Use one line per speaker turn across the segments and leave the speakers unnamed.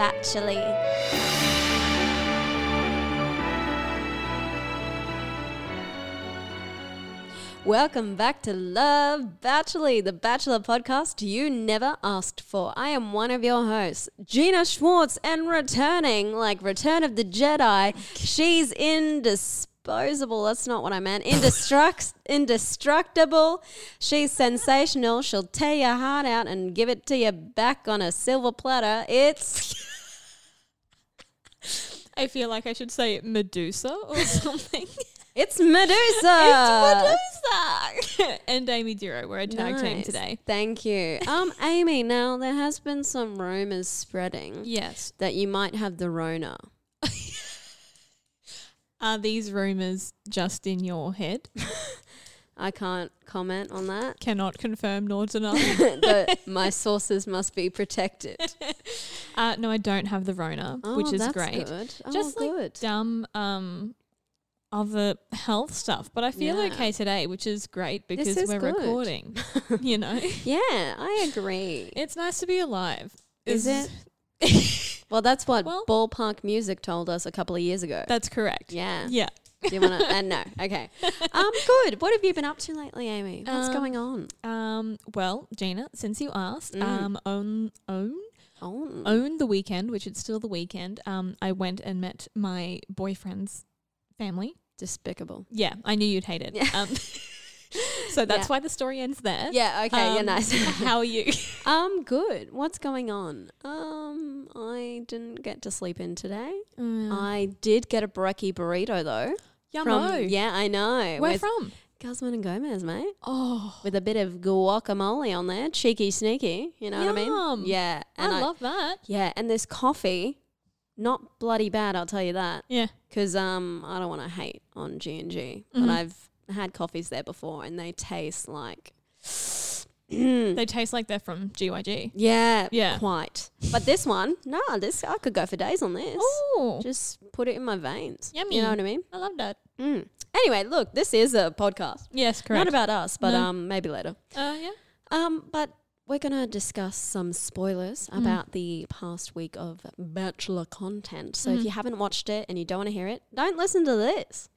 Actually, Welcome back to Love Bachelor, the Bachelor podcast you never asked for. I am one of your hosts, Gina Schwartz, and returning like Return of the Jedi, she's indisposable. That's not what I meant. Indestruct- indestructible. She's sensational. She'll tear your heart out and give it to you back on a silver platter. It's
I feel like I should say Medusa or something.
It's Medusa.
it's Medusa and Amy Duro were a tag team
Uh, Nice.
today.
Thank you. Um, Amy, now there has been some rumors spreading
Yes.
that you might have the Rona.
Are these rumors just in your head?
I can't comment on that.
Cannot confirm nor deny.
but my sources must be protected.
uh, no, I don't have the Rona,
Oh,
which is
that's
great.
Good. Oh,
Just like
good.
dumb um, other health stuff, but I feel
Yeah.
okay today, which is great
This
because
is
we're
good.
recording. you know,
yeah, I agree.
it's nice to be alive.
Is
It's-
Well, that's what
Well-
ballpark music told us a couple of years ago.
That's correct.
Yeah.
Yeah.
Do you want to? Uh, no. Okay. Um, good. What have you been up to lately, Amy? What's
Um,
going on?
Um, well, Gina, since you asked,
Mm.
um, own own
Oh,
own the weekend, which it's still the weekend. Um, I went and met my boyfriend's family.
despicable.
Yeah, I knew you'd hate it.
Yeah.
Um, so that's
Yeah.
why the story ends there.
Yeah. Okay. you're
Um,
nice.
How are you?
Um, good. What's going on? Um, I didn't get to sleep in today.
Uh, Mm.
I did get a brekkie burrito though. Um,
Oh,
From,
Yummo.
yeah, I know.
Where
with
from?
Guzman and Gomez, mate.
Oh,
With a bit of guacamole on there. Cheeky sneaky, you know what I
Yum.
mean? Yeah. And
I, love that.
Yeah, and this coffee, not bloody bad, I'll tell you that.
Yeah.
Because um I don't want to hate on G and G.
Mm-hmm.
But I've had coffees there before and they taste like
They taste like they're from GYG.
Yeah,
Yeah.
quite. But this one, no, this I could go for days on this.
Oh,
Just put it in my veins.
Yummy.
You know what I mean?
I love that.
Mm. Anyway, look, this is a podcast.
Yes,
Not
correct.
about us, but
No.
um maybe later.
uh, yeah.
Um but we're going to discuss some spoilers about the past week of Bachelor content. So if you haven't watched it and you don't want to hear it, don't listen to this.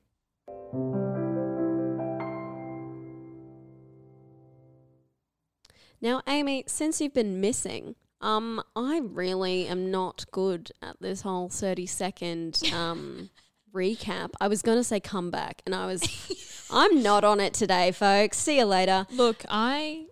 Now, Amy, since you've been missing, um, I really am not good at this whole 30 second um, recap. I was going to say comeback, and I was, I'm not on it today, folks. See you later.
Look, I.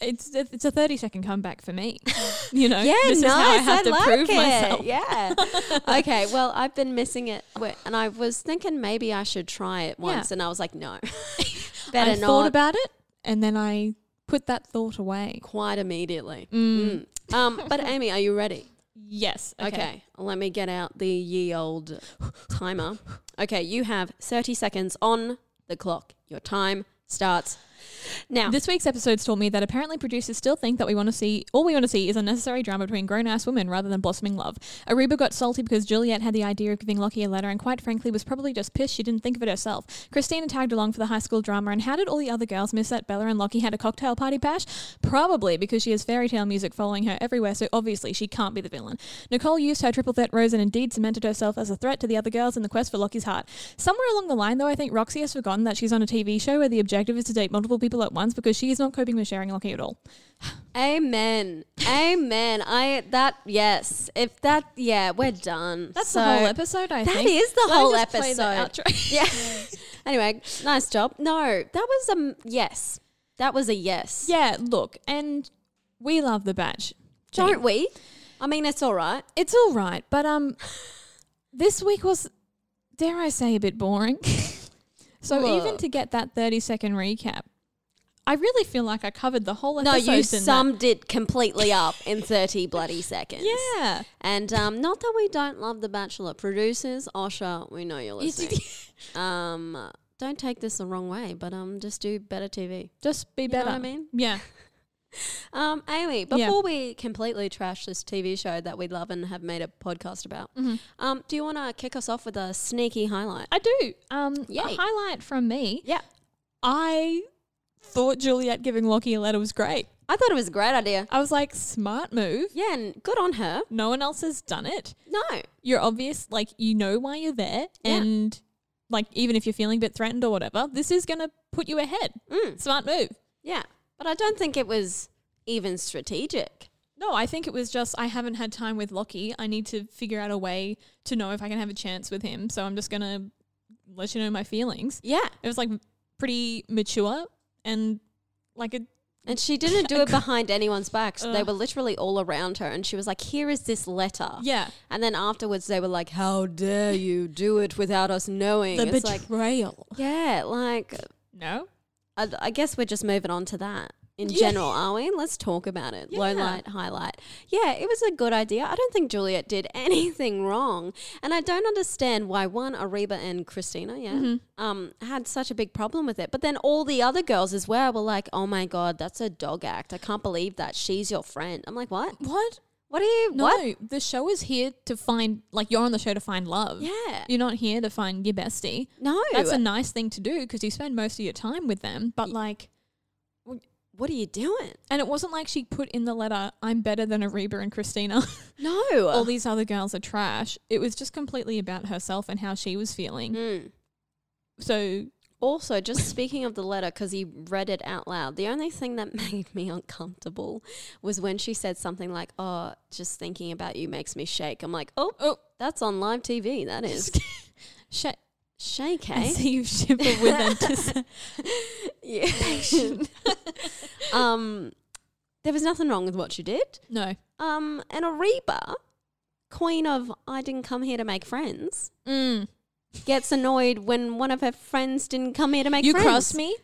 It's it's a thirty second comeback for me. You know,
Yeah, nice.
this is how I have to
like
prove
it.
myself.
Yeah. okay. Well, I've been missing it, Wait, and I was thinking maybe I should try it once, and I was like, no, better
I
not.
thought about it, and then I put that thought away.
quite immediately. Mm. Um, but Amy, are you ready?
Yes.
Okay. Let me get out the ye old timer. Okay, you have thirty seconds on the clock. Your time starts now.
This week's episodes taught me that apparently producers still think that we want to see all we want to see is unnecessary drama between grown ass women rather than blossoming love. Aruba got salty because Juliet had the idea of giving Lockie a letter and quite frankly was probably just pissed she didn't think of it herself. Christina tagged along for the high school drama and how did all the other girls miss that Bella and Lockie had a cocktail party bash? Probably because she has fairy tale music following her everywhere, so obviously she can't be the villain. Nicole used her triple threat rose and indeed cemented herself as a threat to the other girls in the quest for Lockie's heart. Somewhere along the line, though, I think Roxy has forgotten that she's on a TV show where the objective is to date multiple people at once because she is not coping with sharing Lockie at all.
Amen. Amen. I that yes. If that yeah, we're done.
That's
So-
the whole episode, I
That
think.
is the
Let me
whole
just play the
episode.
outro.
Yeah. anyway, nice job. No, that was a m- yes. That was a yes.
yeah, look, and we love The Batch.
Don't we? I mean, it's all right.
It's all right, but um, this week was, dare I say, a bit boring. so even
Look.
to get that 30 second recap, I really feel like I covered the whole
No,
episode.
you
in that.
summed it completely up in 30 bloody seconds.
Yeah.
And um, not that we don't love The Bachelor. Producers, Osha, we know you're listening. um, don't take this the wrong way, but um, just do better TV.
Just be
know
better.
what I mean?
Yeah.
Um, Amy, before
Yeah.
we completely trash this TV show that we love and have made a podcast about,
Mm-hmm.
um, do you want to kick us off with a sneaky highlight?
I do. Um,
Yay.
a highlight from me.
Yeah.
I thought Juliet giving Lockie a letter was great.
I thought it was a great idea.
I was like, smart move.
Yeah, and good on her.
No one else has done it.
No.
You're obvious, like you know why you're there,
Yeah.
and like even if you're feeling a bit threatened or whatever, this is gonna put you ahead. Smart move.
Yeah. But I don't think it was even strategic.
No, I think it was just I haven't had time with Lockie. I need to figure out a way to know if I can have a chance with him. So I'm just gonna let you know my feelings.
Yeah.
It was like pretty mature and like a
And she didn't do it behind anyone's back. So they were literally all around her. And she was like, here is this letter.
yeah.
And then afterwards, they were like, how dare you do it without us knowing?
The
it's like,
betrayal.
yeah, like,
no.
I, I guess we're just moving on to that in
Yeah.
general, are we? Let's talk about it. Low
Yeah.
light, highlight. Yeah, it was a good idea. I don't think Juliet did anything wrong. And I don't understand why one, Ariba and Christina, yeah,
Mm-hmm.
um, had such a big problem with it. But then all the other girls as well were like, oh my God, that's a dog act. I can't believe that. She's your friend. I'm like, what?
What?
What are you?
No,
What?
the show is here to find like you're on the show to find love.
Yeah.
You're not here to find your bestie.
No.
That's a nice thing to do because you spend most of your time with them, but like
what are you doing?
and it wasn't like she put in the letter, I'm better than Ariba and Christina.
No.
All these other girls are trash. It was just completely about herself and how she was feeling.
Mm.
So
Also, just speaking of the letter, because he read it out loud, the only thing that made me uncomfortable was when she said something like, Oh, just thinking about you makes me shake. I'm like, Oh,
Oh.
that's on live TV. That is.
sh-
shake,
I
eh?
see you shiver with anticipation.
Yeah. um, there was nothing wrong with what she did.
no.
Um, and Ariba, queen of I didn't come here to make friends,
Mm.
gets annoyed when one of her friends didn't come here to make
You
friends.
cross me,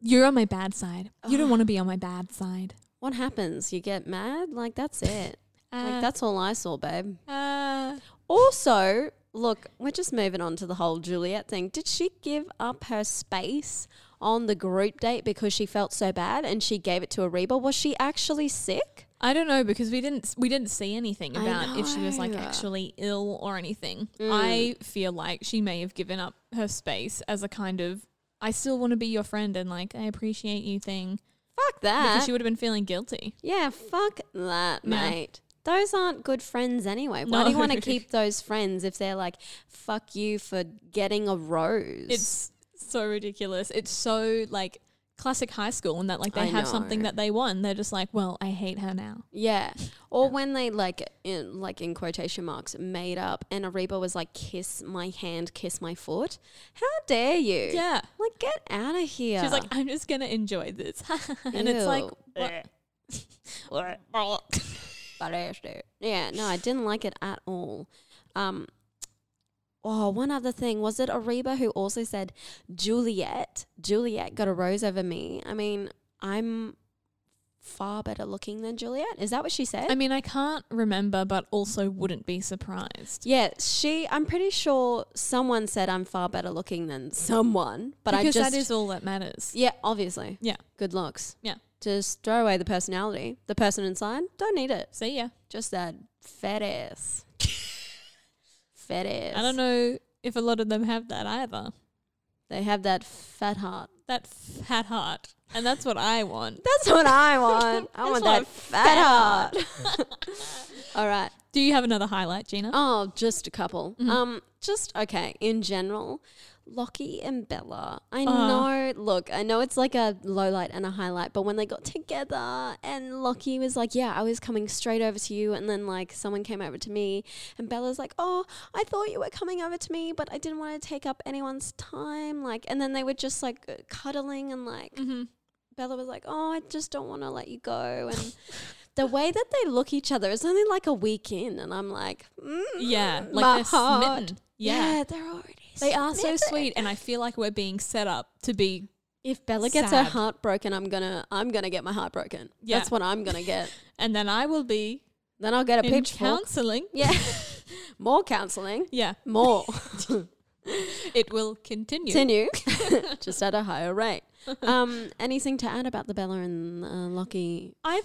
you're on my bad side. You don't want to be on my bad side.
What happens? You get mad? Like, that's it. like, that's all I saw, babe.
Uh,
Also, look, we're just moving on to the whole Juliet thing. Did she give up her space on the group date because she felt so bad and she gave it to Ariba? Was she actually sick?
I don't know because we didn't we didn't see anything
I
about if she was like
know. Mm.
actually ill or anything. I feel like she may have given up her space as a kind of I still want to be your friend and like I appreciate you thing
Fuck
because
that.
she would have been feeling guilty.
yeah, fuck that,
No.
mate. Those aren't good friends anyway. Why
No.
do you want to keep those friends if they're like, fuck you for getting a rose?
It's so ridiculous. It's so like classic high school and that like they
I
have something
know.
that they won. They're just like, well, I hate her now.
Yeah. Or when they like in like in quotation marks made up and Ariba was like, kiss my hand, kiss my foot. How dare you?
Yeah.
Like get out of here.
She's like, I'm just gonna enjoy this, and it's like,
Ew. Eh.
what?
Bastard. Yeah, no, I didn't like it at all. Um Oh, one other thing. Was it Ariba who also said Juliet? Juliet got a rose over me. I mean, I'm far better looking than Juliet. Is that what she said?
I mean, I can't remember, but also wouldn't be surprised.
Yeah, she. I'm pretty sure someone said I'm far better looking than someone, but
because
I just.
that is all that matters.
yeah, obviously.
Yeah,
Good looks.
yeah.
Just throw away the personality. The person inside, don't need it.
See ya.
Just that fat ass. fat ass.
I don't know if a lot of them have that either.
They have that fat heart.
That fat heart, and that's what I want.
That's what I want. I
That's
want
what
that fat
I'm
heart. All right.
Do you have another highlight, Gina?
Oh, just a couple.
Mm-hmm.
Um, just okay. In general, Lockie and Bella. I
Uh.
know. Look, I know it's like a low light and a highlight, but when they got together and Lockie was like, "Yeah, I was coming straight over to you," and then like someone came over to me, and Bella's like, "Oh, I thought you were coming over to me, but I didn't want to take up anyone's time." Like, and then they were just like uh, cuddling and like.
Mm-hmm.
Bella was like, "Oh, I just don't want to let you go," and the way that they look each other is only like a week in, and I'm like, mm,
yeah, like
my
they're
heart.
smitten. Yeah.
they're already.
They are so
smitten.
sweet, and I feel like we're being set up to be
If Bella gets her
Sad.
heart broken, I'm gonna I'm gonna get my heart broken.
Yeah.
That's what I'm gonna get.
and then I will be
then I'll get a
in
pitchfork.
counselling.
yeah. More counseling.
Yeah,
More.
it will continue.
Continue. Just at a higher rate. Um, anything to add about the Bella and uh, Lockie?
I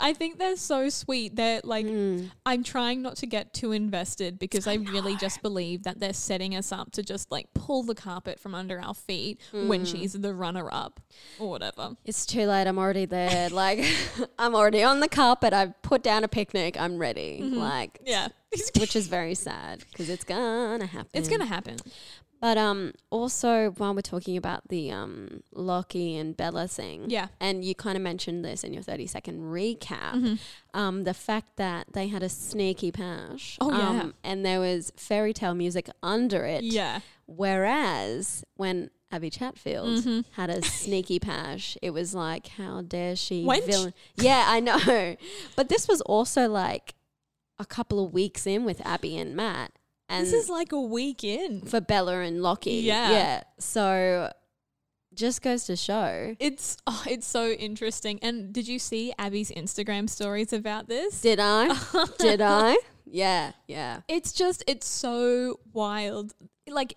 I think they're so sweet. They're like
Hmm.
I'm trying not to get too invested because I, really just believe that they're setting us up to just like pull the carpet from under our feet
Hmm.
when she's the runner up or whatever.
It's too late. I'm already there. Like, I'm already on the carpet. I've put down a picnic. I'm ready.
Mm-hmm.
Like,
Yeah.
which is mm. very sad because it's gonna happen.
It's gonna happen.
But um, also while we're talking about the um Lockie and Bella thing,
Yeah.
and you kind of mentioned this in your thirty second recap,
Mm-hmm.
um, the fact that they had a sneaky pash,
Oh, yeah.
um, and there was fairy tale music under it,
Yeah.
Whereas when Abby Chatfield
Mm-hmm.
had a sneaky pash, it was like, how dare she?
Wench.
Yeah, I know. But this was also like a couple of weeks in with Abby and Matt. And
This is like a week in.
for Bella and Lockie.
Yeah.
Yeah. So just goes to show.
It's oh, it's so interesting. And did you see Abby's Instagram stories about this?
Did I? Did I? Yeah. Yeah.
It's just it's so wild. Like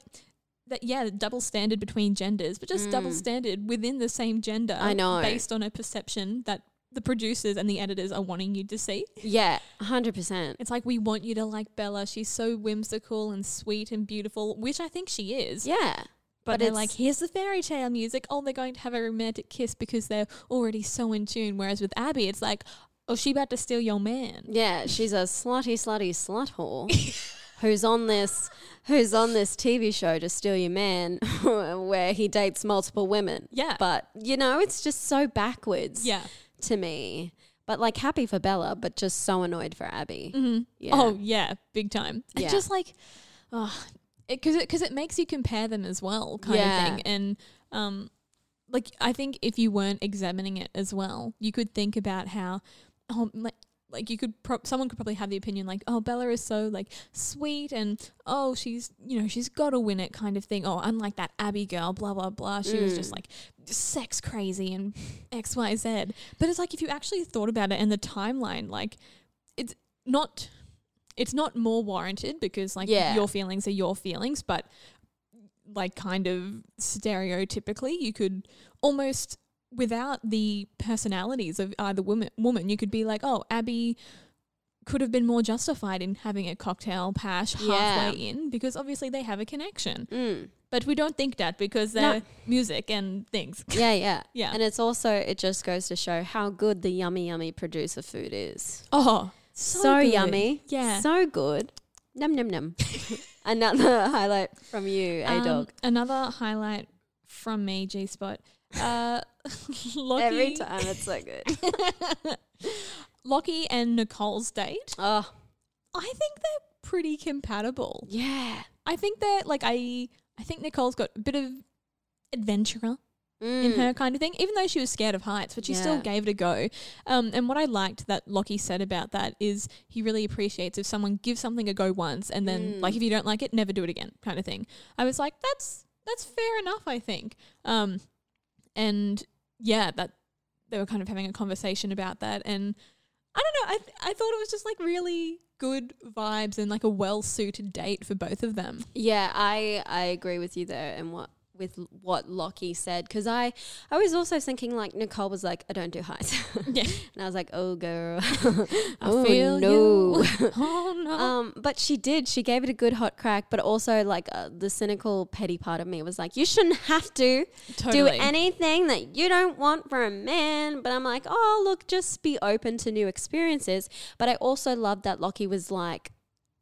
that yeah, the double standard between genders, but just double standard within the same gender.
Mm. I know.
Based on a perception that the producers and the editors are wanting you to see.
Yeah. 100%.
It's like we want you to like Bella. She's so whimsical and sweet and beautiful, which I think she is.
Yeah.
But,
But
they're
it's-
like, here's the fairy tale music. Oh, they're going to have a romantic kiss because they're already so in tune. Whereas with Abby, it's like, oh, she about to steal your man.
Yeah. She's a slutty, slutty slut whore. Who's on this? Who's on this TV show to steal your man, where he dates multiple women?
Yeah.
but you know it's just so backwards.
Yeah.
to me. But like happy for Bella, but just so annoyed for Abby. Yeah.
Oh yeah, big time. And
Yeah.
just like, oh, because it, because it makes you compare them as well, kind
Yeah.
of thing. And um, like I think if you weren't examining it as well, you could think about how, oh, like. Like you could, pro- someone could probably have the opinion like, "Oh, Bella is so like sweet, and oh, she's you know she's got to win it kind of thing." Oh, unlike that Abby girl, blah blah blah. She was
Mm.
just like sex crazy and X Y Z. But it's like if you actually thought about it and the timeline, like it's not it's not more warranted because like
Yeah.
your feelings are your feelings but like kind of stereotypically you could almost without the personalities of either woman woman you could be like oh abby could have been more justified in having a cocktail pash halfway in because obviously they have a connection
Mm.
but we don't think that because
No.
they're music and things
Yeah, yeah.
Yeah.
And it's also, it just goes to show how good the yummy, yummy producer food is.
oh
So,
good.
yummy.
yeah
So good. Num, num, num. Another highlight from you, A
Um,
Dog.
Another highlight from me, G Spot. Uh, Lockie,
Every time it's so good.
Lockie and Nicole's date.
oh,
I think they're pretty compatible.
yeah.
I think they're like I. I think Nicole's got a bit of adventurer in
Mm.
her kind of thing, even though she was scared of heights, but she still
Yeah.
gave it a go. Um, and what I liked that Lockie said about that is he really appreciates if someone gives something a go once and then, like,
Mm.
if you don't like it, never do it again, kind of thing. I was like, that's that's fair enough, I think. Um, and yeah, that they were kind of having a conversation about that, and I don't know, I th- I thought it was just like really good vibes and like a well suited date for both of them.
Yeah, I I agree with you there, and what with l- what Lockie said because I I was also thinking like Nicole was like I don't do heights,
Yeah.
and I was like oh girl,
I
oh
feel
no.
you. oh no.
Um, but she did. She gave it a good hot crack, but also like uh, the cynical, petty part of me was like, "You shouldn't have to do
Totally.
anything that you don't want for a man." But I'm like, "Oh, look, just be open to new experiences." But I also loved that Lockie was like,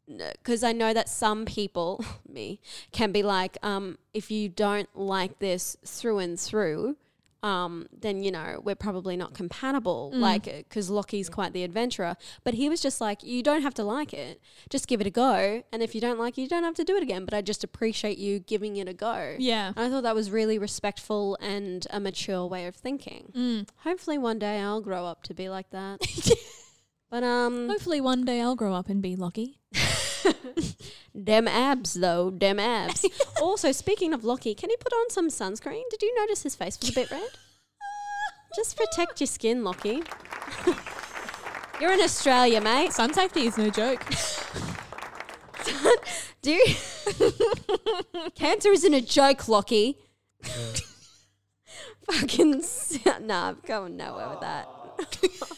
because I know that some people, me, can be like, um, "If you don't like this through and through." um, then you know we're probably not compatible. Like 'cause Like, because Lockie's quite the adventurer, but he was just like, you don't have to like it, just give it a go, and if you don't like it, you don't have to do it again. But I just appreciate you giving it a go.
yeah.
And I thought that was really respectful and a mature way of thinking. Hopefully, one day I'll grow up to be like that. but um,
Hopefully, one day I'll grow up and be Lockie.
Dem abs, though. Dem abs. also, speaking of Lockie, can he put on some sunscreen? Did you notice his face was a bit red? Just protect your skin, Lockie. You're in Australia, mate.
Sun safety is no joke.
Do you- cancer isn't a joke, Lockie. Fucking s- nah, I'm going nowhere with that.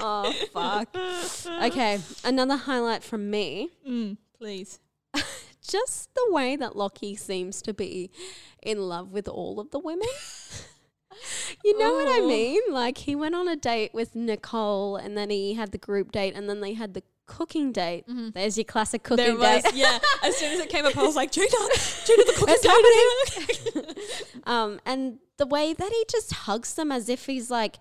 oh fuck. Okay, another highlight from me.
Please.
Just the way that Lockie seems to be in love with all of the women. You know what I
Oh.
mean? Like he went on a date with Nicole and then he had the group date and then they had the cooking date. There's your classic cooking
There was,
date.
yeah. As soon as it came up, I was like, Juna, Juna, the cook is
It's
happening.
Um, and the way that he just hugs them as if he's like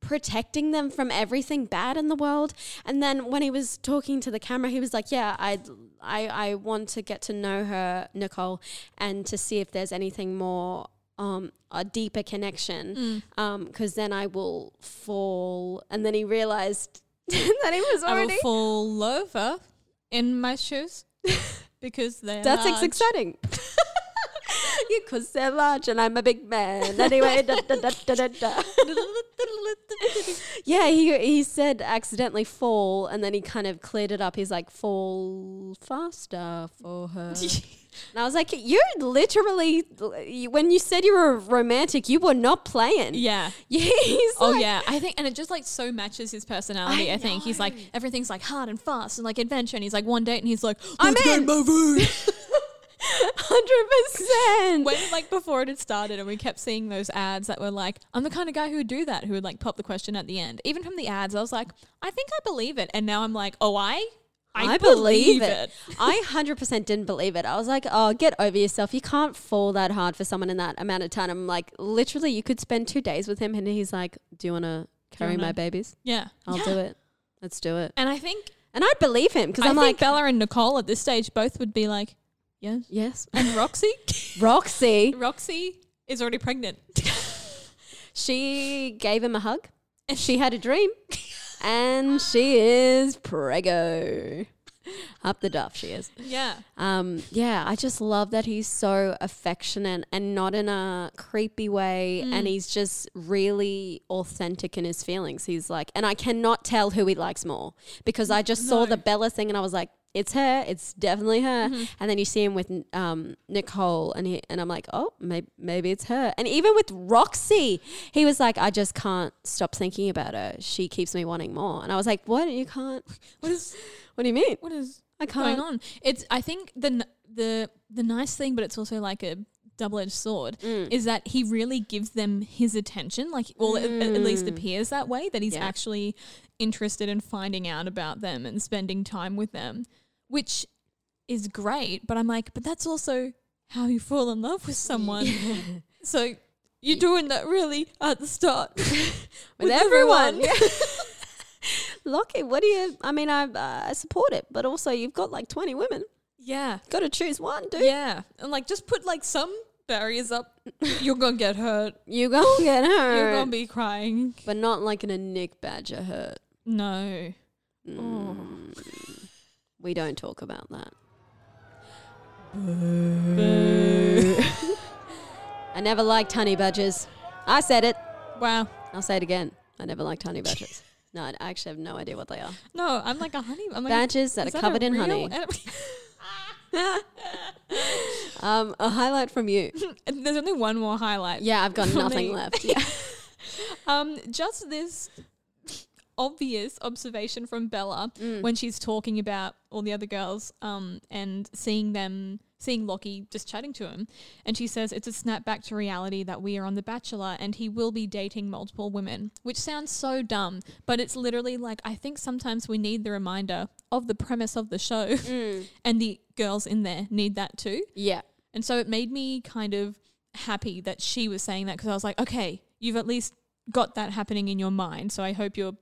protecting them from everything bad in the world. And then when he was talking to the camera, he was like, "Yeah, I'd, I, I want to get to know her, Nicole, and to see if there's anything more." Um, a deeper connection,
Mm.
because then I will fall. And then he realized that he was
I will
already.
fall over in my shoes because they're
That's
large.
exciting. Because they're large and I'm a big man. Anyway, da, da, da, da, da, da. yeah, he he said accidentally fall, and then he kind of cleared it up. He's like fall faster for her. and I was like, you're literally when you said you were romantic, you were not playing.
Yeah.
He's
Oh
like-
yeah, I think, and it just like so matches his personality. I,
I
think he's like everything's like hard and fast and like adventure, and he's like one date and he's like,
I'm
let's get
in."
moving.
hundred percent.
when like before it had started and we kept seeing those ads that were like i'm the kind of guy who would do that who would like pop the question at the end even from the ads i was like i think i believe it and now i'm like oh i
I believe it. I 100% didn't believe it. I was like, oh, get over yourself. You can't fall that hard for someone in that amount of time. I'm like, literally, you could spend two days with him and he's like, do you want to carry
wanna-
my babies?
yeah
I'll
Yeah.
do it. Let's do it.
and i think
And I believe him
i
because I'm
think
like,
bella and nicole at this stage both would be like yes
yes.
and roxy
Roxy,
roxy is already pregnant
she gave him a hug and she had a dream and she is prego. Up the duff, she is.
yeah
Um, yeah, I just love that he's so affectionate and not in a creepy way. And he's just really authentic in his feelings. He's like, and I cannot tell who he likes more because I just saw the Bella thing and I was like, it's her. It's definitely her. And then you see him with um, Nicole, and he, and I'm like, oh, maybe, maybe it's her. And even with Roxy, he was like, I just can't stop thinking about her. She keeps me wanting more. And I was like, what? You can't?
what is
What do you mean?
what is
I
going
can't.
on. It's I think the n- the the nice thing, but it's also like a double edged sword, is that he really gives them his attention. Like, well, it- it, at least appears that way that he's
Yeah.
actually interested in finding out about them and spending time with them, which is great. But I'm like, but that's also how you fall in love with someone. So. You're doing that really at the start with,
with everyone. Lockie, what do you? I mean, I uh, I support it, but also you've got like twenty women.
yeah.
Got to choose one, dude.
Yeah. And like just put like some barriers up. You're gonna get hurt.
You gonna get her,
You're gonna be crying.
but not like in a Nick Badger hurt. Mm.
No.
Oh. We don't talk about that. I never liked honey badgers. I said it.
Wow.
I'll say it again. I never liked honey badgers. No, I actually have no idea what they are.
No, I'm like a honey. I'm like
Badgers that
is
are
a
covered in
real
honey.
anim-
Um, a highlight from you.
And There's only one more highlight.
Yeah, I've got
For
nothing
me.
left. Yeah.
Um, just this obvious observation from Bella when she's talking about all the other girls um, and seeing them seeing Lockie just chatting to him and she says it's a snap back to reality that we are on the bachelor and he will be dating multiple women which sounds so dumb but it's literally like I think sometimes we need the reminder of the premise of the show and the girls in there need that too
yeah.
and so it made me kind of happy that she was saying that because I was like, okay, you've at least got that happening in your mind. So I hope you're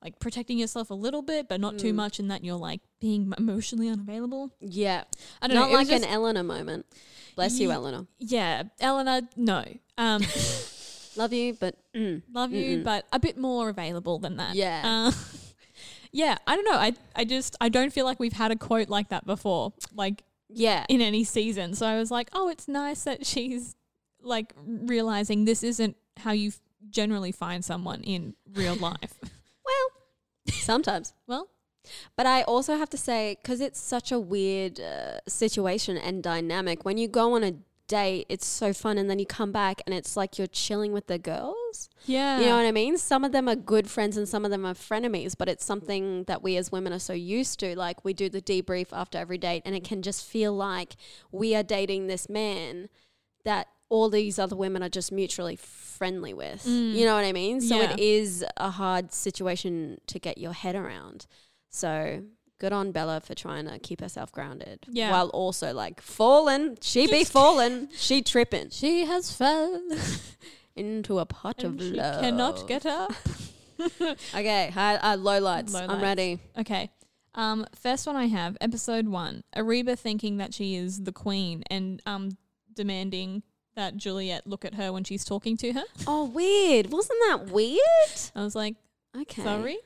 like protecting yourself a little bit, but not too much, and that you're like being emotionally unavailable.
Yeah.
I don't
Not
know. it
like
was
an
just-
Eleanor moment. Bless you,
Ye-
Eleanor.
yeah, Eleanor. No, um,
Love you, but mm,
love you, but a bit more available than that.
Yeah.
Uh, Yeah, I don't know. I I just I don't feel like we've had a quote like that before, like
Yeah.
in any season. So I was like, oh, it's nice that she's like realizing this isn't how you f- generally find someone in real life.
well, sometimes.
well,
But I also have to say, because it's such a weird uh, situation and dynamic, when you go on a date, it's so fun. And then you come back and it's like you're chilling with the girls.
yeah.
You know what I mean? Some of them are good friends and some of them are frenemies, but it's something that we as women are so used to. Like we do the debrief after every date, and it can just feel like we are dating this man that all these other women are just mutually friendly with. You know what I mean? So
Mm. Yeah.
it is a hard situation to get your head around. So good on Bella for trying to keep herself grounded.
Yeah.
While also like falling. She be falling. She tripping.
she has fell
Into a pot
and
of
she
love.
cannot get up.
Okay, high, uh, low lights.
Low
I'm
lights.
ready.
Okay. Um, first one I have, episode one. Ariba thinking that she is the queen and um demanding that Juliet look at her when she's talking to her.
Oh, weird. Wasn't that weird?
I was like,
Okay.
sorry.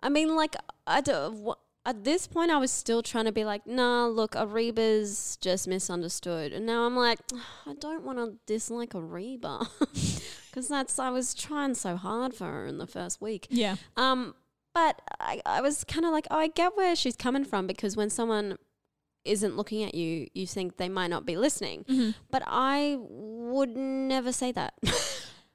I mean, like, I do, wha- at this point, I was still trying to be like, nah, look, Ariba's just misunderstood. And now I'm like, I don't want to dislike Ariba. Because that's, I was trying so hard for her in the first week.
Yeah.
Um, but I, I was kind of like, oh, I get where she's coming from because when someone isn't looking at you, you think they might not be listening.
Mm-hmm.
But I would never say that.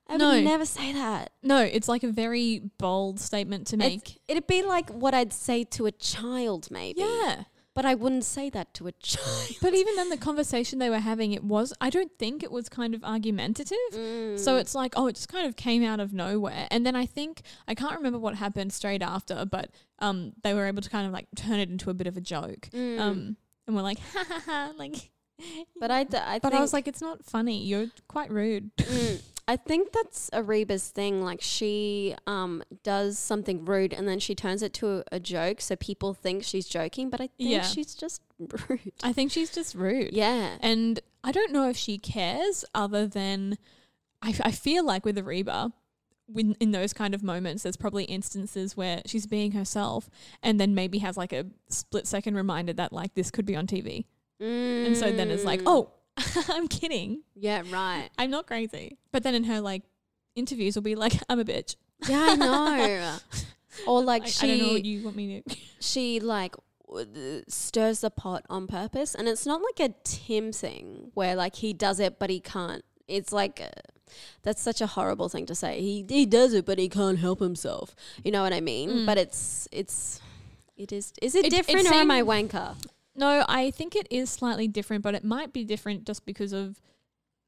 I
No.
would never say that.
No, it's like a very bold statement to
It's-
make.
it'd be like what I'd say to a child, maybe.
yeah.
But I wouldn't say that to a child.
But even then, the conversation they were having, it was, I don't think it was kind of argumentative.
Mm.
So it's like, oh, it just kind of came out of nowhere. And then I think, I can't remember what happened straight after, but um, they were able to kind of like turn it into a bit of a joke. Um, and we're like, ha ha ha. Like,
but I, d- I
but I was
think-
like, it's not funny. You're quite rude.
Mm, I think that's Ariba's thing. Like she um, does something rude and then she turns it to a joke, so people think she's joking, but I think
Yeah.
she's just rude.
I think she's just rude.
yeah.
And I don't know if she cares other than I, I feel like with Ariba, when in those kind of moments, there's probably instances where she's being herself and then maybe has like a split second reminder that like this could be on TV. And so then it's like,
Mm.
oh, I'm kidding.
yeah, right.
I'm not crazy. But then in her like interviews will be like, I'm a bitch.
Yeah, I know. or like
Like,
she
I don't know what you want me to.
she like w- stirs the pot on purpose and it's not like a tim thing where like he does it but he can't it's like uh, that's such a horrible thing to say he he does it but he can't help himself you know what i mean but it's it's it is is it,
It- it
different or am i
seem-
wanker
No, I think it is slightly different, but it might be different just because of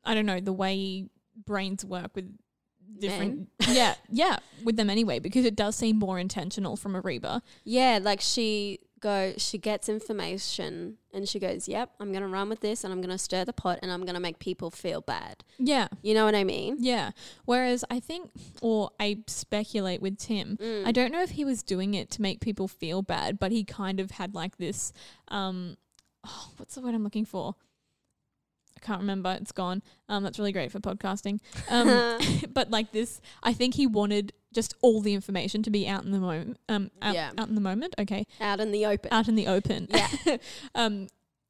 I don't know the way brains work with different. Yeah, yeah, with them anyway, because it does seem more intentional from a Reba.
yeah like she go she gets information and she goes yep i'm gonna run with this and i'm gonna stir the pot and i'm gonna make people feel bad
Yeah,
you know what i mean
yeah. Whereas I think, or I speculate with Tim,
Mm.
I don't know if he was doing it to make people feel bad, but he kind of had like this. Um, oh, what's the word I'm looking for? I can't remember. It's gone. Um, that's really great for podcasting. Um, but like this, I think he wanted just all the information to be out in the moment. Um, out,
Yeah.
out in the moment. Okay,
out in the open
out in the open.
yeah
um,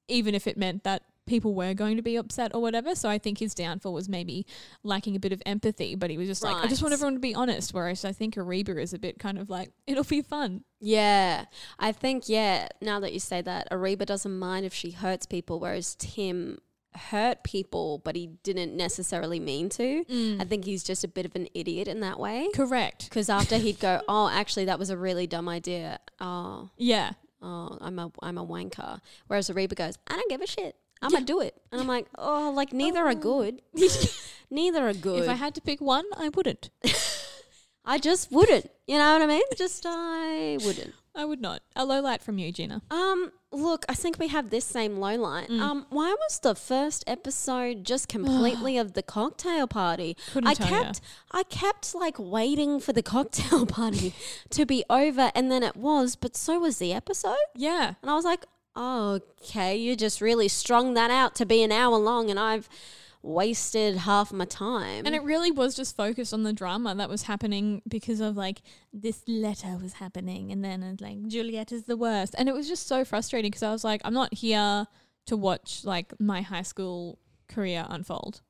even if it meant that people were going to be upset or whatever. So I think his downfall was maybe lacking a bit of empathy. But he was just like, I just want
Right.
everyone to be honest. Whereas I think Ariba is a bit kind of like, it'll be fun.
Yeah, I think yeah. Now that you say that, Ariba doesn't mind if she hurts people, whereas Tim hurt people, but he didn't necessarily mean to. I
Mm.
think he's just a bit of an idiot in that way.
Correct.
Because after he'd go, oh, actually, that was a really dumb idea. Oh,
Yeah.
oh, I'm a I'm a wanker. Whereas Ariba goes, I don't give a shit. I'm gonna do it. And I'm like, oh, like neither are good. neither are good.
If I had to pick one, I wouldn't.
I just wouldn't. You know what I mean? Just I wouldn't.
I would not. A low light from you, Gina.
Um, look, I think we have this same low light.
Mm.
Um, why was the first episode just completely of the cocktail party?
Couldn't
I
tell ya.
kept I kept like waiting for the cocktail party to be over and then it was, but so was the episode.
Yeah.
And I was like, oh, okay, you just really strung that out to be an hour long and I've wasted half my time.
And it really was just focused on the drama that was happening because of like this letter was happening, and then it's like Juliet is the worst, and it was just so frustrating because I was like, I'm not here to watch like my high school career unfold.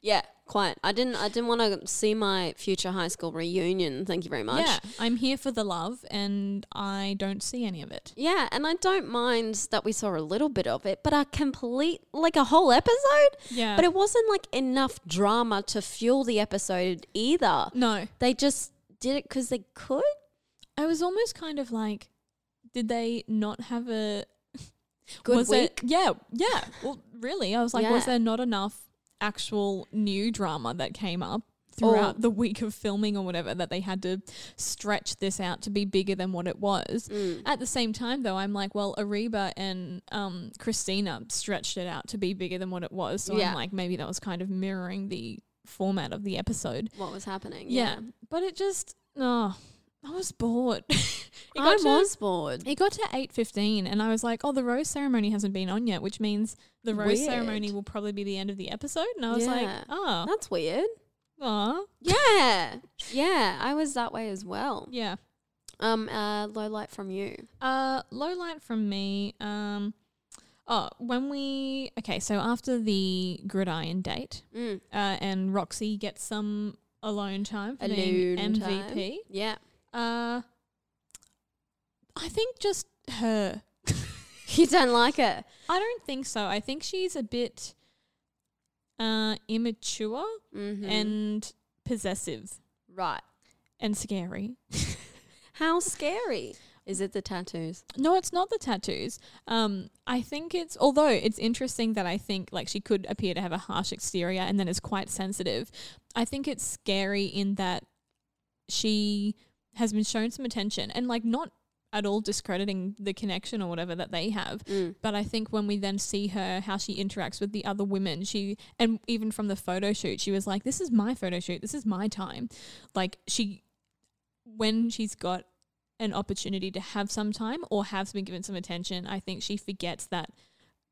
yeah, quite. I didn't. I didn't want to see my future high school reunion. Thank you very much.
Yeah, I'm here for the love, and I don't see any of it.
Yeah, and I don't mind that we saw a little bit of it, but a complete, like a whole episode.
Yeah.
But it wasn't like enough drama to fuel the episode either.
No,
They just did it because they could.
I was almost kind of like, did they not have a
Good
was
week.
There, yeah, yeah. Well, really, I was like, was
Yeah.
there not enough actual new drama that came up throughout
Or-
the week of filming or whatever that they had to stretch this out to be bigger than what it was?
Mm.
At the same time, though, I'm like, well, Ariba and um, Christina stretched it out to be bigger than what it was. So
Yeah.
I'm like, maybe that was kind of mirroring the format of the episode.
What was happening?
Yeah, but it just, oh, I was bored. It
I
got to-
was bored.
it got to eight fifteen, and I was like, "Oh, the rose ceremony hasn't been on yet, which means the rose
Weird.
ceremony will probably be the end of the episode." And I was
Yeah.
like, "Oh,
That's weird.
aw.
Yeah. Yeah. I was that way as well.
yeah."
Um, uh, low light from you.
Uh, low light from me. Um, oh, when we okay, so after the gridiron date,
Mm.
uh, and Roxy gets some alone time for being
Alone
MVP.
time. Yeah.
Uh, I think just her.
You don't like it.
I don't think so. I think she's a bit uh, immature
Mm-hmm.
and possessive
right.
and scary.
How scary is it? The tattoos.
No, it's not the tattoos. Um, I think it's although it's interesting that I think like she could appear to have a harsh exterior and then is quite sensitive. I think it's scary in that she has been shown some attention and like not at all discrediting the connection or whatever that they have. But I think when we then see her, how she interacts with the other women, she, and even from the photo shoot, she was like, this is my photo shoot. This is my time. Like, she, when she's got an opportunity to have some time or has been given some attention, I think she forgets that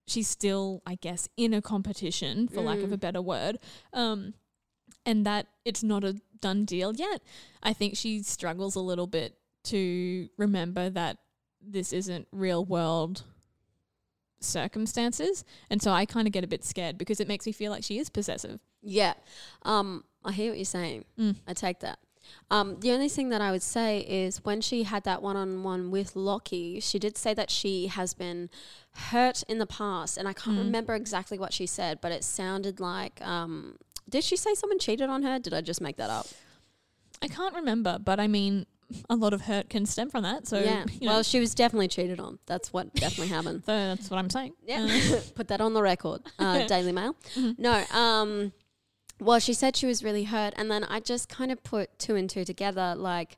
she's still, I guess, in a competition, for lack
Mm.
of a better word. Um, and that it's not a done deal yet. I think she struggles a little bit to remember that this isn't real world circumstances. And so I kind of get a bit scared because it makes me feel like she is possessive. Mm.
Yeah. Um, I hear what you're saying. I take that. Um, the only thing that I would say is when she had that one on one with Lockie, she did say that she has been hurt in the past. And I can't
Mm.
remember exactly what she said, but it sounded like um, did she say someone cheated on her? Did I just make that up?
I can't remember, but I mean, a lot of hurt can stem from that. So,
yeah.
you know,
Well, she was definitely cheated on. That's what definitely happened.
so that's what I'm saying.
Yeah, put that on the record. Uh, Daily Mail. No. Um, well, she said she was really hurt, and then I just kind of put two and two together. Like,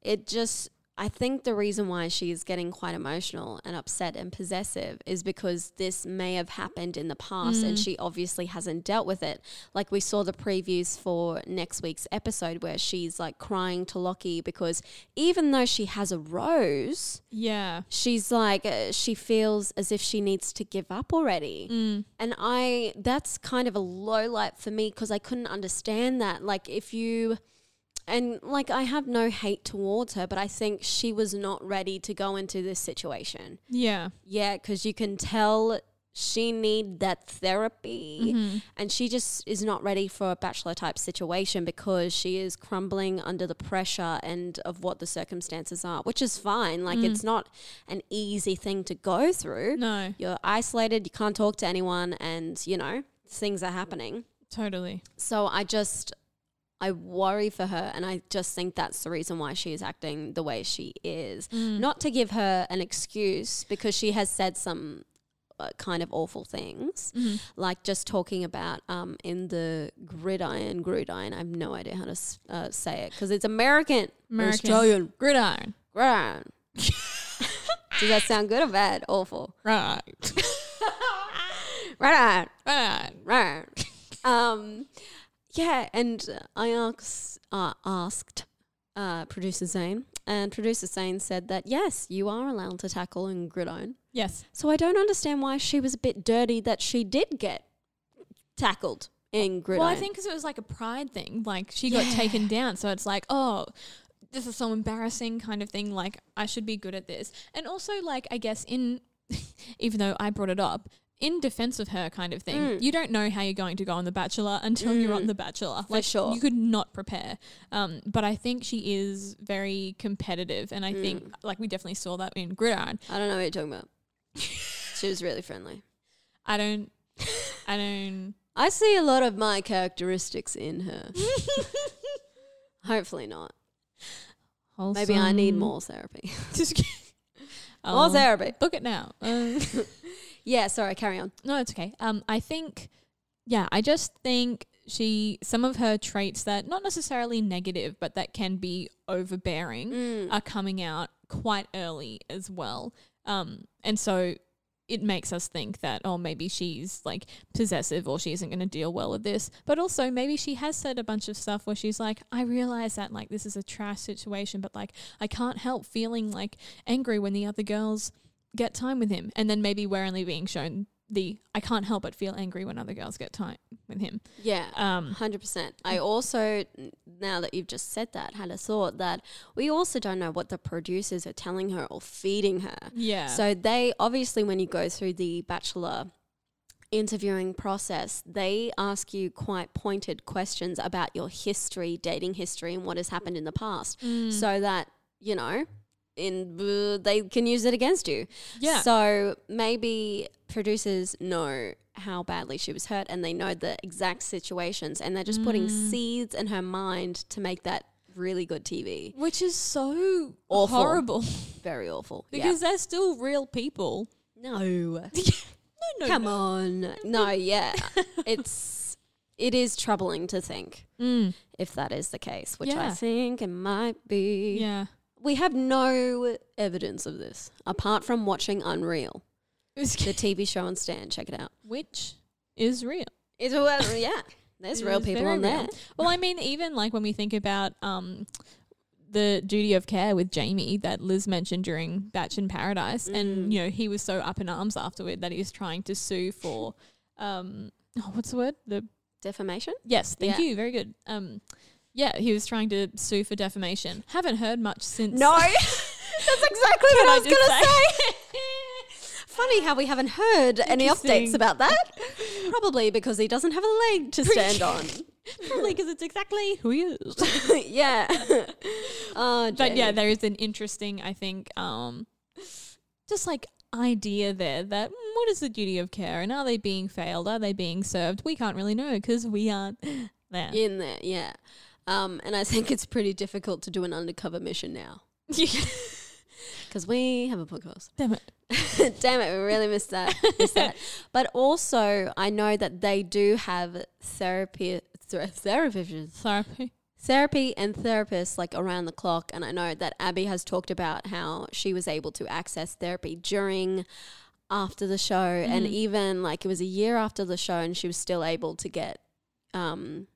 it just. I think the reason why she's getting quite emotional and upset and possessive is because this may have happened in the past and she obviously hasn't dealt with it. Like we saw the previews for next week's episode where she's like crying to Lockie because even though she has a rose,
Yeah.
she's like uh, she feels as if she needs to give up already and i that's kind of a low light for me because i couldn't understand that like if you and like i have no hate towards her but i think she was not ready to go into this situation
Yeah.
yeah because you can tell she need that therapy and she just is not ready for a bachelor type situation because she is crumbling under the pressure and of what the circumstances are which is fine like it's not an easy thing to go through
No,
you're isolated you can't talk to anyone and you know things are happening
totally.
so i just i worry for her and i just think that's the reason why she is acting the way she is not to give her an excuse because she has said some uh, kind of awful things like just talking about um, in the gridiron gridiron i have no idea how to s- uh, say it because it's american
American.
australian
Gridiron.
gridiron does that sound good or bad awful
Right.
right
right.
right. um, yeah, and I asked, uh, asked uh, producer Zane, and producer Zane said that yes, you are allowed to tackle in gridiron.
Yes.
So I don't understand why she was a bit dirty that she did get tackled in Gridiron.
Well, I think because it was like a pride thing. Like she got taken down, so it's like, oh, this is so embarrassing kind of thing. Like I should be good at this. And also, like I guess in, even though I brought it up. In defense of her, kind of thing.
Mm.
You don't know how you're going to go on The Bachelor until you're on The Bachelor. Like,
sure.
You could not prepare. Um, but I think she is very competitive. And I
Mm.
think, like, we definitely saw that in Gridiron.
I don't know what you're talking about. she was really friendly.
I don't, I don't,
I see a lot of my characteristics in her. Hopefully not. Maybe I need
Wholesome.
more Oh. therapy.
Just kidding. Oh.
more therapy.
Book it now. Uh,
Yeah, sorry, carry on.
no, it's okay. Um, I think, yeah, I just think she some of her traits that not necessarily negative, but that can be overbearing,
Mm.
are coming out quite early as well. Um, and so it makes us think that oh maybe she's like possessive or she isn't going to deal well with this but also maybe she has said a bunch of stuff where she's like i realize that like this is a trash situation but like i can't help feeling like angry when the other girls get time with him and then maybe we're only being shown the i can't help but feel angry when other girls get time with him
Yeah.
um
Hundred percent. I also, n- now that you've just said that, had a thought that we also don't know what the producers are telling her or feeding her.
yeah
So they obviously, when you go through the bachelor interviewing process, they ask you quite pointed questions about your history, dating history, and what has happened in the past,
Mm.
so that you know, in uh, they can use it against you.
Yeah.
So maybe producers know how badly she was hurt, and they know the exact situations, and they're just putting
Mm.
seeds in her mind to make that really good TV.
which is so
Awful.
horrible
Very awful. Yeah.
because they're still real people
no.
no
Come on. No, yeah. it's it is troubling to think
Mm,
if that is the case, which I
Yeah.
think it might be.
yeah
We have no evidence of this apart from watching Unreal, the TV show on Stan. Check it out.
which is real
It's well, yeah. There's
It
real
is
people
very
on
real.
there.
Well, I mean, even like when we think about um, the duty of care with Jamie that Liz mentioned during Batch in Paradise, and you know he was so up in arms afterward that he's trying to sue for um, oh, what's the word? The
Defamation?
yes, thank
Yeah.
you, very good. Um, yeah, he was trying to sue for defamation. Haven't heard much since.
That's exactly
Can
what I,
I
was
just
going to say. Funny how we haven't heard any updates
Interesting.
about that. Probably because he doesn't have a leg to stand on.
probably because it's exactly who he is.
yeah. oh,
but yeah,
Jamie.
there is an interesting, I think, um, just like idea there that mm, what is the duty of care and are they being failed? Are they being served? We can't really know because we aren't there.
in there, yeah. Um, and I think it's pretty difficult to do an undercover mission now because we have a podcast.
Damn it.
Damn it, we really missed that. missed that. But also, I know that they do have therapy, th- therapists,
Therapy.
therapy and therapists like around the clock. And I know that Abby has talked about how she was able to access therapy during, after the show, and
Mm.
even like it was a year after the show, and she was still able to get um,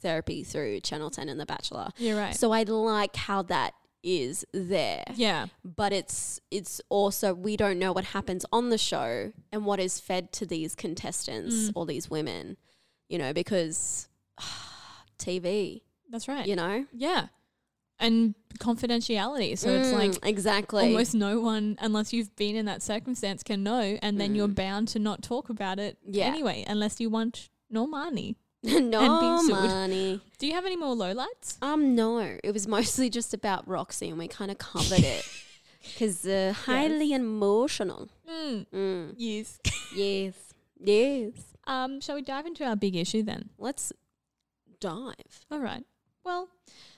therapy through Channel 10 and The Bachelor.
You're right.
So I like how that is there.
yeah.
But it's it's also we don't know what happens on the show and what is fed to these
Mm.
contestants or these women, you know, because TV,
That's right.
you know,
Yeah. And confidentiality. So it's like
Mm, exactly
almost no one, unless you've been in that circumstance, can know. And then you're bound to not talk about it
Yeah.
anyway, unless you want Normani.
no
being sued.
money.
Do you have any more lowlights?
Um, no, it was mostly just about Roxy, and we kind of covered it because uh, highly emotional.
Mm.
Mm,
Yes.
yes, yes.
Um, shall we dive into our big issue then?
Let's dive.
All right. Well,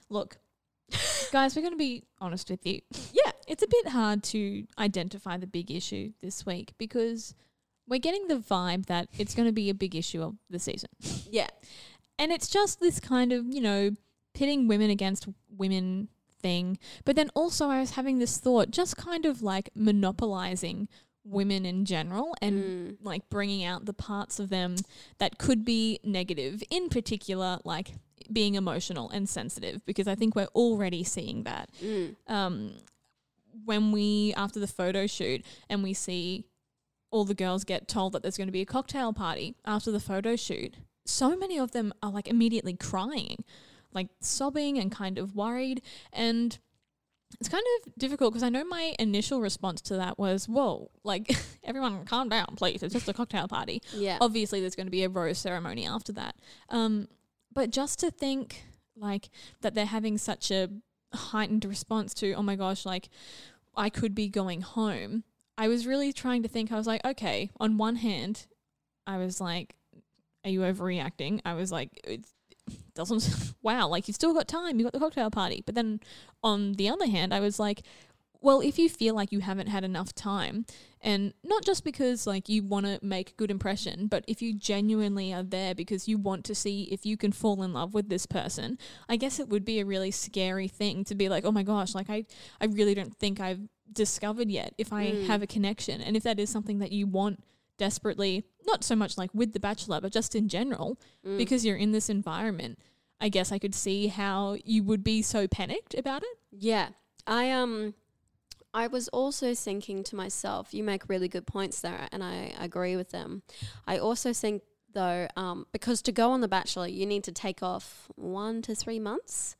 look, guys, we're going to be honest with you.
Yeah.
It's a bit hard to identify the big issue this week because we're getting the vibe that it's going to be a big issue of the season.
Yeah,
And it's just this kind of, you know, pitting women against women thing. But then also, I was having this thought, just kind of like monopolizing women in general and like bringing out the parts of them that could be negative, in particular, like being emotional and sensitive, because I think we're already seeing that. Um, when we, after the photo shoot, and we see all the girls get told that there's going to be a cocktail party after the photo shoot so many of them are like immediately crying, like sobbing and kind of worried. And it's kind of difficult because I know my initial response to that was, whoa, like everyone calm down, please. It's just a cocktail party.
Yeah.
Obviously, there's going to be a rose ceremony after that. Um, but just to think like that they're having such a heightened response to, oh my gosh, like I could be going home. I was really trying to think, I was like, okay, on one hand, I was like, are you overreacting? I was like, it doesn't, wow, like you still got time, you got the cocktail party. But then on the other hand, I was like, well, if you feel like you haven't had enough time, and not just because like you want to make a good impression, but if you genuinely are there because you want to see if you can fall in love with this person, I guess it would be a really scary thing to be like, oh my gosh, like I, I really don't think I've discovered yet if I have a connection, and if that is something that you want desperately, not so much like with The Bachelor, but just in general, because you're in this environment. I guess I could see how you would be so panicked about it.
Yeah. I um I was also thinking to myself, you make really good points there and I agree with them. I also think though, um, because to go on The Bachelor you need to take off one to three months.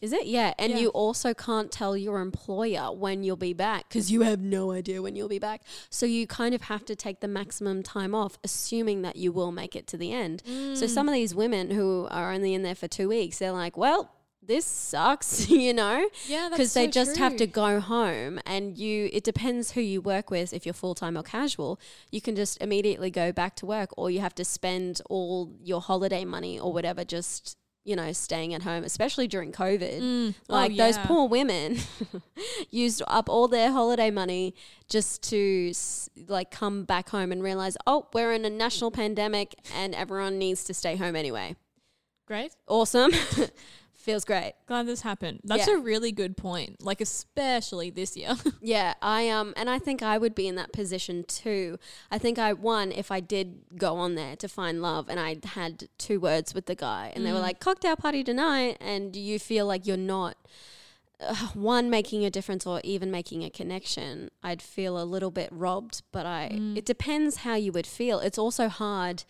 Is it? Yeah. And
Mm. Yeah.
you also can't tell your employer when you'll be back because you have no idea when you'll be back. So you kind of have to take the maximum time off, assuming that you will make it to the end. So
Mm.
some of these women who are only in there for two weeks, they're like, well, this sucks, you know?
Yeah, that's
Because they
so
just have
true.
to go home and you, it depends who you work with. If you're full time or casual, you can just immediately go back to work or you have to spend all your holiday money or whatever just. You know, staying at home, especially during COVID,
Oh,
like those
yeah.
poor women used up all their holiday money just to s- like come back home and realize, oh, we're in a national pandemic and everyone needs to stay home anyway.
Great.
Awesome. Feels great.
Glad this happened. That's
Yeah.
a really good point. Like especially this year.
Yeah, I um and I think I would be in that position too. I think I won if I did go on there to find love and I had two words with the guy and they were like cocktail party tonight and you feel like you're not uh, one making a difference or even making a connection. I'd feel a little bit robbed, but I it depends how you would feel. It's also hard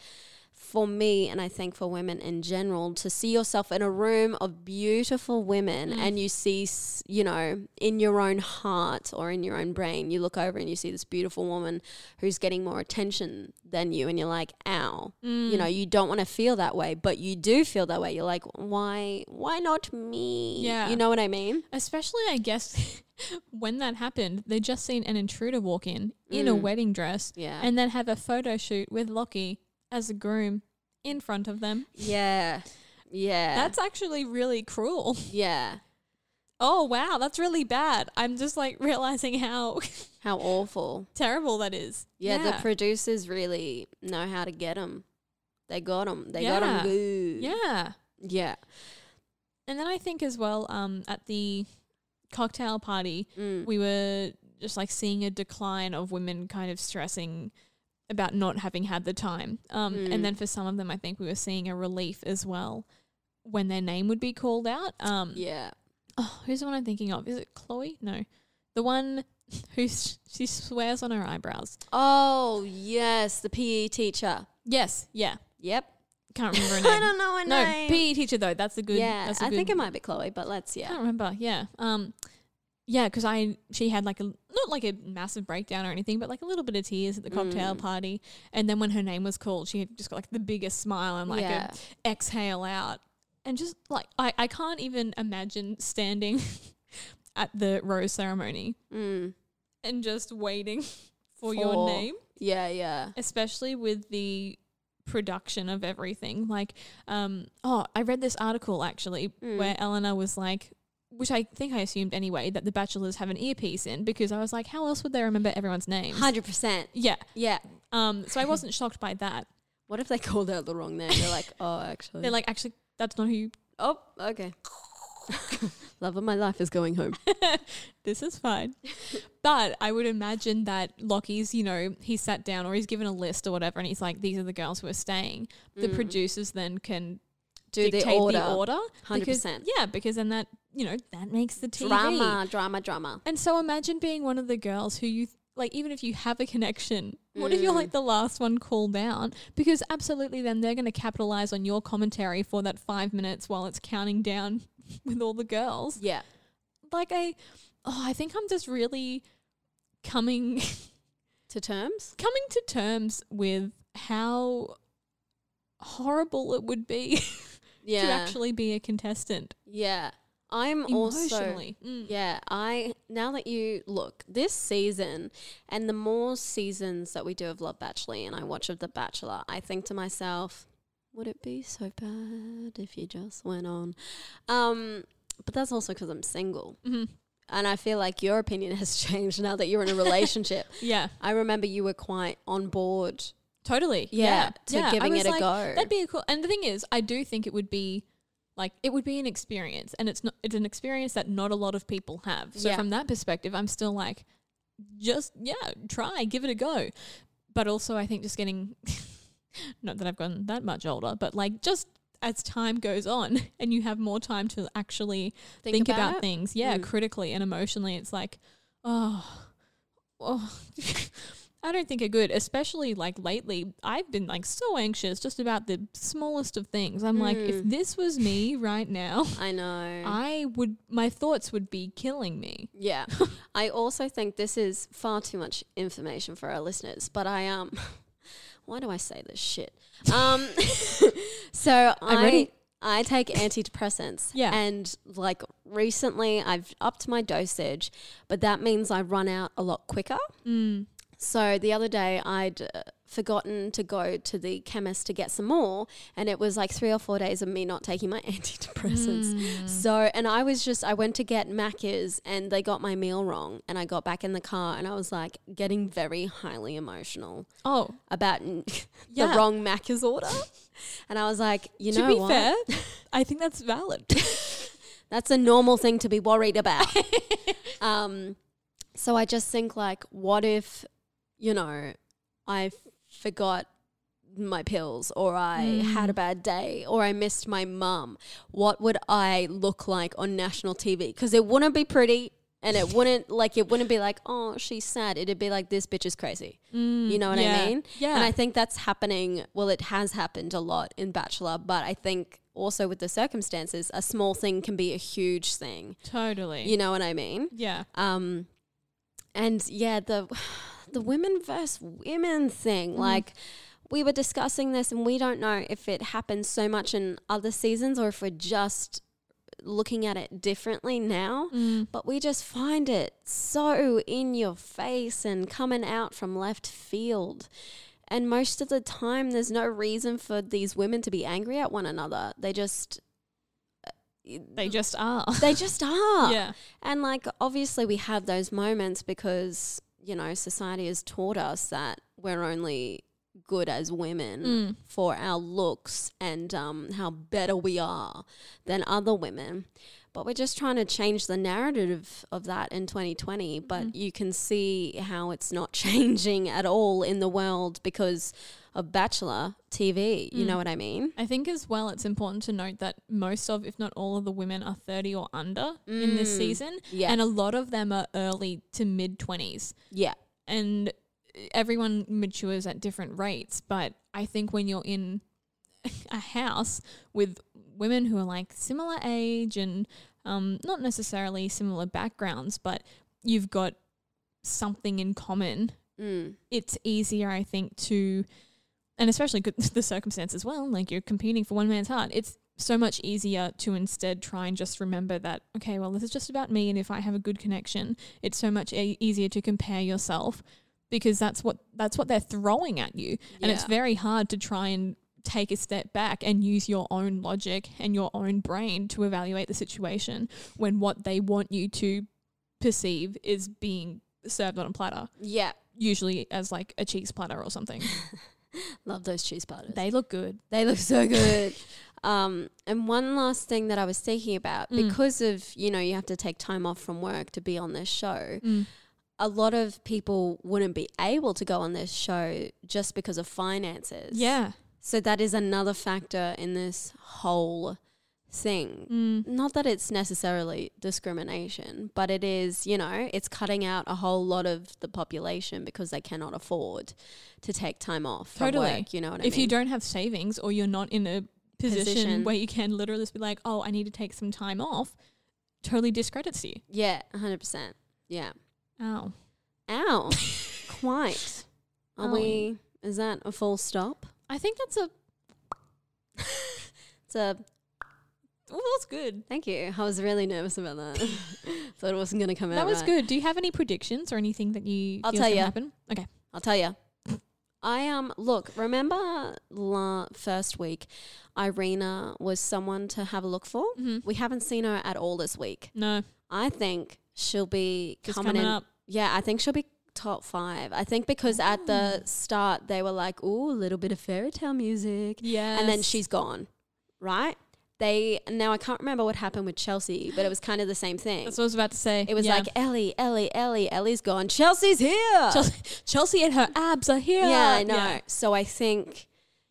for me and I think for women in general to see yourself in a room of beautiful women and you see s- you know in your own heart or in your own brain you look over and you see this beautiful woman who's getting more attention than you and you're like ow you know you don't want to feel that way but you do feel that way you're like why why not me
Yeah.
you know what I mean
especially I guess when that happened, they just seen an intruder walk in in a wedding dress
Mm. Yeah.
and then have a photo shoot with Lockie as a groom in front of them.
yeah yeah
That's actually really cruel.
yeah
Oh wow, that's really bad. I'm just like realizing how
how awful
terrible that is.
Yeah, the producers really know how to get them. They got them. They got 'em
Yeah.
got them good.
yeah.
Yeah.
And then I think as well, um, at the cocktail party,
Mm.
we were just like seeing a decline of women kind of stressing about not having had the time. Um,
Mm.
And then for some of them, I think we were seeing a relief as well when their name would be called out. Um,
Yeah.
oh, who's the one I'm thinking of? Is it Chloe? No, the one who s- she swears on her eyebrows.
Oh, yes. The PE teacher.
Yes, yeah,
Yep.
can't remember her name.
I don't know her
no,
name.
PE teacher though. That's a good.
yeah.
that's a
I think
good
it might be Chloe, but let's,
I can't
yeah.
remember. Yeah. Um, yeah, because I she had like a not like a massive breakdown or anything, but like a little bit of tears at the cocktail
Mm.
party. And then when her name was called, she had just got like the biggest smile and like
Yeah.
a exhale out, and just like I I can't even imagine standing at the rose ceremony
Mm.
and just waiting for your
For-
name
Yeah, yeah.
especially with the production of everything. Like, um, oh, I read this article actually where Eleanor was like, which I think I assumed anyway, that the bachelors have an earpiece in because I was like, how else would they remember everyone's names?
100%.
Yeah.
Yeah.
Um, so I wasn't shocked by that.
What if they called out the wrong name? They're like, oh, actually.
They're like, actually, that's not who. You,
oh, okay. Love of my life is going home.
this is fine. but I would imagine that Lockie's, you know, he sat down or he's given a list or whatever, and he's like, these are the girls who are staying. The producers then can
Do the
dictate
order.
the order. because-
100%.
Yeah, because then that you know that makes the TV.
Drama, drama, drama.
And so imagine being one of the girls who you like even if you have a connection, what
Mm.
if you're like the last one called down? Because absolutely, then they're going to capitalize on your commentary for that five minutes while it's counting down with all the girls.
Yeah.
Like I, oh, I think I'm just really coming
To terms?
coming to terms with how horrible it would be
Yeah.
to actually be a contestant
Yeah. I'm also
emotionally. Mm.
Yeah, I now that you look this season and the more seasons that we do of Love Bachelor and I watch of The Bachelor, I think to myself, would it be so bad if you just went on? Um, but that's also because I'm single.
Mm-hmm.
And I feel like your opinion has changed now that you're in a relationship.
yeah.
I remember you were quite on board.
Totally.
Yeah, to
I
giving
was
it a
like,
go.
That'd be a cool. And the thing is, I do think it would be like it would be an experience, and it's not. It's an experience that not a lot of people have. So
Yeah.
from that perspective, I'm still like, just yeah, try, give it a go. But also, I think just getting, not that I've gotten that much older, but like just as time goes on and you have more time to actually
Think
think,
about
about,
it?
things, yeah,
Mm.
critically and emotionally, it's like, oh, oh. I don't think are good, especially like lately. I've been like so anxious just about the smallest of things. I'm like, if
Mm.
this was me right now,
I know.
I would, my thoughts would be killing me.
Yeah. I also think this is far too much information for our listeners, but I um why do I say this shit? Um so
I'm
I
ready.
I take antidepressants
Yeah.
and like recently I've upped my dosage, but that means I run out a lot quicker.
Mm.
So the other day, I'd uh, forgotten to go to the chemist to get some more, and it was like three or four days of me not taking my antidepressants.
Mm.
So, and I was just, I went to get Macca's and they got my meal wrong, and I got back in the car and I was like getting very highly emotional
Oh,
about n-
Yeah.
the wrong Macca's order. And I was like, you know
to be
what?
fair, I think that's valid.
That's a normal thing to be worried about. um, so I just think like, what if, you know, I forgot my pills or I
Hmm.
had a bad day or I missed my mum? What would I look like on national TV? Because it wouldn't be pretty. And it wouldn't like it wouldn't be like oh she's sad. It'd be like this bitch is crazy. you know what
Mm, yeah,
I mean?
yeah.
And I think that's happening. Well, it has happened a lot in Bachelor, but I think also with the circumstances, a small thing can be a huge thing.
totally.
You know what I mean?
yeah.
Um, and yeah, the the women versus women thing, like. We were discussing this, and we don't know if it happens so much in other seasons or if we're just looking at it differently now.
Mm.
But we just find it so in your face and coming out from left field. And most of the time, there's no reason for these women to be angry at one another. They just
They just are.
Mm. they just are.
Yeah.
And like obviously we have those moments because, you know, society has taught us that we're only good as women for our looks and um, how better we are than other women. But we're just trying to change the narrative of that in 2020. But you can see how it's not changing at all in the world because of Bachelor TV. You know what I mean?
I think as well, it's important to note that most of, if not all of the women are 30 or under in this season.
yeah.
And a lot of them are early to mid 20s.
Yeah.
and everyone matures at different rates but i think when you're in a house with women who are like similar age and um, not necessarily similar backgrounds but you've got something in common
Mm.
it's easier i think to and especially good, the circumstance as well like you're competing for one man's heart it's so much easier to instead try and just remember that okay well this is just about me and if i have a good connection it's so much e- easier to compare yourself because that's what that's what they're throwing at you and it's
Yeah.
very hard to try and take a step back and use your own logic and your own brain to evaluate the situation when what they want you to perceive is being served on a platter
Yeah.
usually as like a cheese platter or something.
Love those cheese platters.
they look good.
They look so good. um, and one last thing that I was thinking about
Mm.
because of, you know, you have to take time off from work to be on this show. A lot of people wouldn't be able to go on this show just because of finances.
Yeah.
So that is another factor in this whole thing.
Mm.
Not that it's necessarily discrimination, but it is, you know, it's cutting out a whole lot of the population because they cannot afford to take time off
Totally.
from work, you know what I
if
mean?
you don't have savings or you're not in a position,
Position.
where you can literally just be like, oh, I need to take some time off, totally discredits you.
Yeah, 100%. Yeah.
Oh.
Ow. Quite. Are
Owie.
we is that a full stop?
I think that's a.
It's a
Well, that's good.
thank you. I was really nervous about that. Thought it wasn't gonna come out.
That was
right.
good. Do you have any predictions or anything that you
I'll
feel's
tell
gonna
ya.
happen? Okay.
I'll tell you. I um look, remember la- first week Irina was someone to have a look for. We haven't seen her at all this week.
No.
I think she'll be
Just
coming,
coming
in.
up.
Yeah, I think she'll be top five. I think because at the start they were like, "Ooh, a little bit of fairy tale music,"
Yeah.
and then she's gone, right? They now I can't remember what happened with Chelsea, but it was kind of the same thing.
That's what I was about to say.
it was
Yeah.
like Ellie, Ellie, Ellie, Ellie's gone. Chelsea's here.
Chelsea, Chelsea and her abs are here.
Yeah, I know. So I think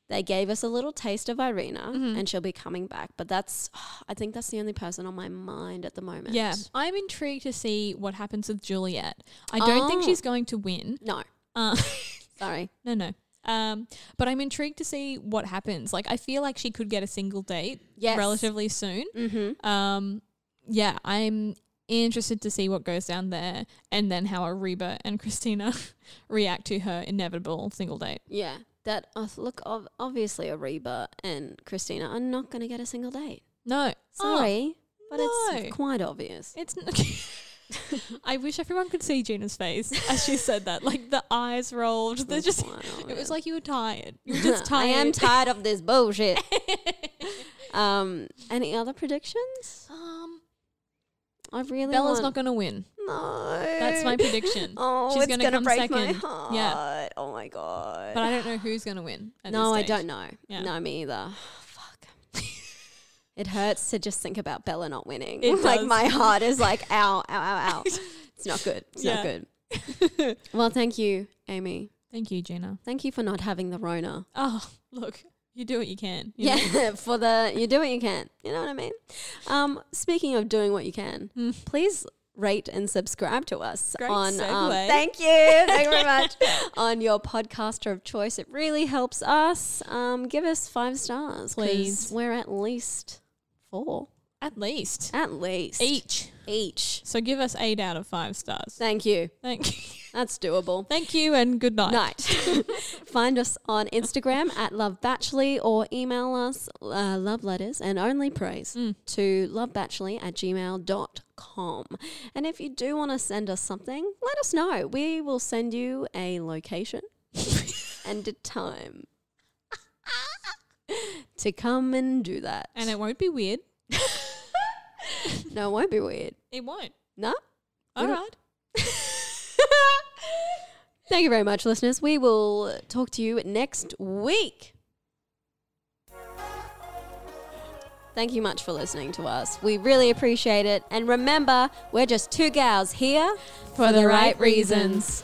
they gave us a little taste of Irina,
Mm-hmm.
and she'll be coming back. But that's I think that's the only person on my mind at the moment.
Yeah, I'm intrigued to see what happens with Juliet. I don't think
Oh.
she's going to win.
No,
Uh,
sorry.
no, no. Um, but I'm intrigued to see what happens. Like, I feel like she could get a single date
Yes.
relatively soon. Mm-hmm. Um, yeah, I'm interested to see what goes down there and then how Ariba and Christina react to her inevitable single date.
Yeah. That uh, look ob- obviously Ariba and Christina are not going to get a single date.
No. Oh,
Sorry, but
no.
it's quite obvious.
It's. N- I wish everyone could see Gina's face as she said that. Like the eyes rolled. They're just.
Wow,
It was
yeah.
like you were tired. You were just
I
tired.
am tired of this bullshit. um, any other predictions?
Um,
I really
Bella's not
want-
going to win.
No,
That's my prediction.
Oh,
She's
it's
gonna
gonna,
come
break my
second.
heart.
Yeah.
Oh my god.
But I don't know who's going to win. at
no,
this
I
stage.
don't know.
Yeah.
No, me either. Fuck. it hurts to just think about Bella not winning.
It
like
does.
my heart is like ow, ow, ow, ow. it's not good. It's
Yeah.
not good. well, thank you, Amy.
Thank you, Gina.
Thank you for not having the Rona.
Oh, look, you do what you can. you know?
Yeah, for the you do what you can. You know what I mean? Um, speaking of doing what you can, please rate and subscribe to us
Hmm. Great
on um,
segue.
thank you thank you very much on your podcaster of choice it really helps us um, give us five stars 'cause
Please.
we're at least four
At least
at least
each.
each
So give us eight out of five stars.
thank you
Thank,
that's doable
thank you, and good night.
night. Find us on Instagram at Love Batchley or email us uh, love letters and only praise
Mm.
to lovebatchley at gmail.com. And if you do want to send us something, let us know. We will send you a location and a time to come and do that.
And it won't be weird.
no, it won't be weird.
It won't.
No?
All
don't-
right.
Thank you very much, listeners. We will talk to you next week. Thank you much for listening to us. We really appreciate it. And remember, we're just two gals here for the right reasons.